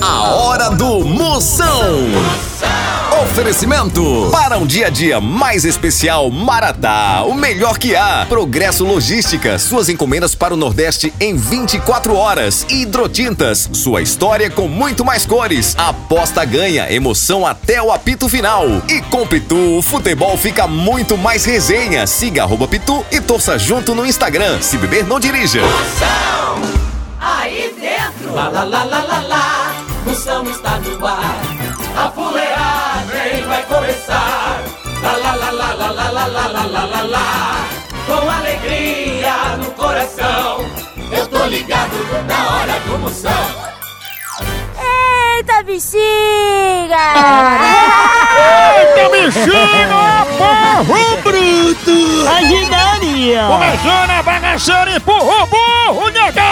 A hora do Moção. Oferecimento para um dia a dia mais especial Maratá, o melhor que há. Progresso Logística, suas encomendas para o Nordeste em 24 horas. Hidrotintas, sua história com muito mais cores. Aposta ganha, emoção até o apito final. E com Pitu, o futebol fica muito mais resenha. Siga arroba Pitu e torça junto no Instagram. Se beber, não dirija. Aí dentro, lá lá lá lá lá lá, Moção está no ar. A fuleagem vai começar. Lá lá lá lá lá lá lá lá lá lá lá lá. Com alegria no coração, eu tô ligado na hora do Moção. Eita bexiga! Eita, bexiga, porro bruto! Ajudaria! Começando a bagaceira e porro burro, negão!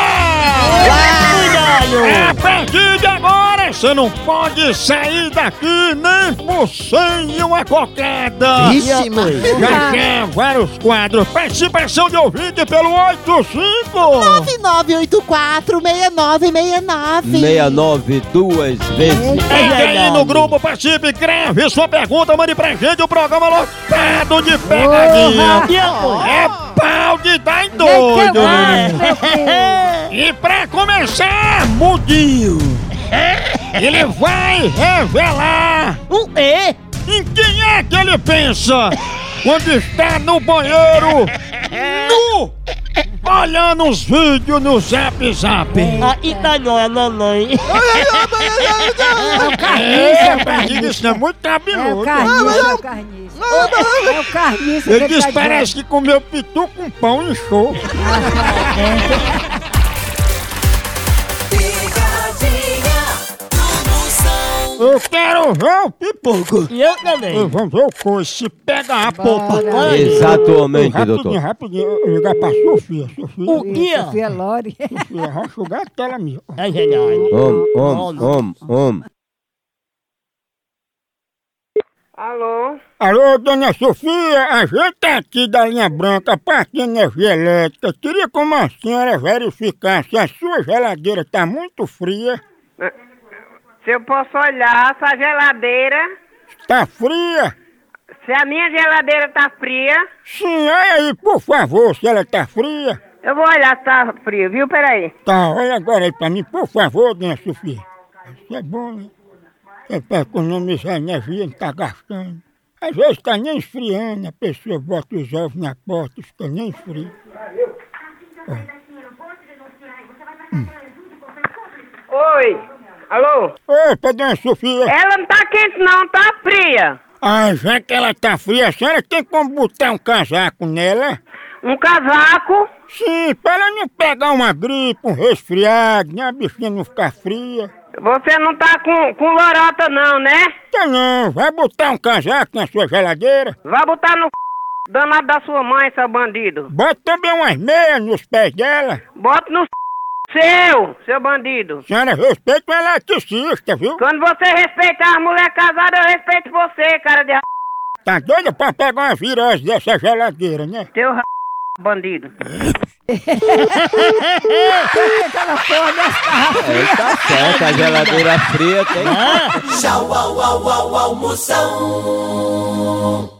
Cuidado! A partir de agora, você não pode sair daqui nem por sem uma cocada! Ixi, mãe! Já tem vários quadros. Participação de ouvinte pelo 85! 69 duas vezes. É Entre É aí no grupo, participe, grave sua pergunta, mande pra gente o programa lotado de pegadinha! É pau de dar em doido! E pra começar, Mudinho, ele vai revelar Um E! em quem é que ele pensa quando está no banheiro nu, olhando os vídeos no Zap Zap. A Itanhó é mamãe! É, Barriga, isso não é muito cabeludo. Carniça, é o carniça. É o carniça. Ele tá diz, parece que comeu pitu com pão e show. Picadinha do Moção. Eu quero ver o pipoco. E eu também! Vamos ver o coice, se pega a popa. Exatamente, Rapidinho, doutor. rapidinho. Eu vou ligar pra Sofia. Sofia. O que? Sofia Lore. Sofia, vai enxugar a tela minha. É verdade! Om, om, om, om. Alô? Alô, dona Sofia, a gente tá aqui da linha branca, parte energia elétrica. Queria como a senhora verificar se a sua geladeira tá muito fria. Se eu posso olhar essa geladeira, Tá fria? se a minha geladeira tá fria, Sim, olha aí, por favor, se ela tá fria. eu vou olhar se tá fria, viu? Peraí. Tá, olha agora aí pra mim, por favor, dona Sofia. Isso é bom, né? É pra economizar energia, não tá gastando. Às vezes tá nem esfriando, a pessoa bota os ovos na porta, fica nem frio. Oi. Alô? Opa, dona Sofia! Ela não tá quente não, tá fria. Ah, já que ela tá fria, a senhora tem como botar um casaco nela? Um casaco. Sim, pra ela não pegar uma gripe, um resfriado, nem a bichinha não ficar fria. Você não tá com, com lorota não, né? Tá não, vai botar um casaco na sua geladeira. Vai botar no c... danado da sua mãe, seu bandido. Bota também umas meias nos pés dela. Bota no c... seu, seu bandido. Senhora, respeita o eletricista, viu? Quando você respeitar as mulheres casadas, eu respeito você, cara de r... Tá doida pra pegar uma virose dessa geladeira, né? Teu r... bandido. É, tá certo, a geladeira fria tem. Tchau, au, au, au, au, Moção.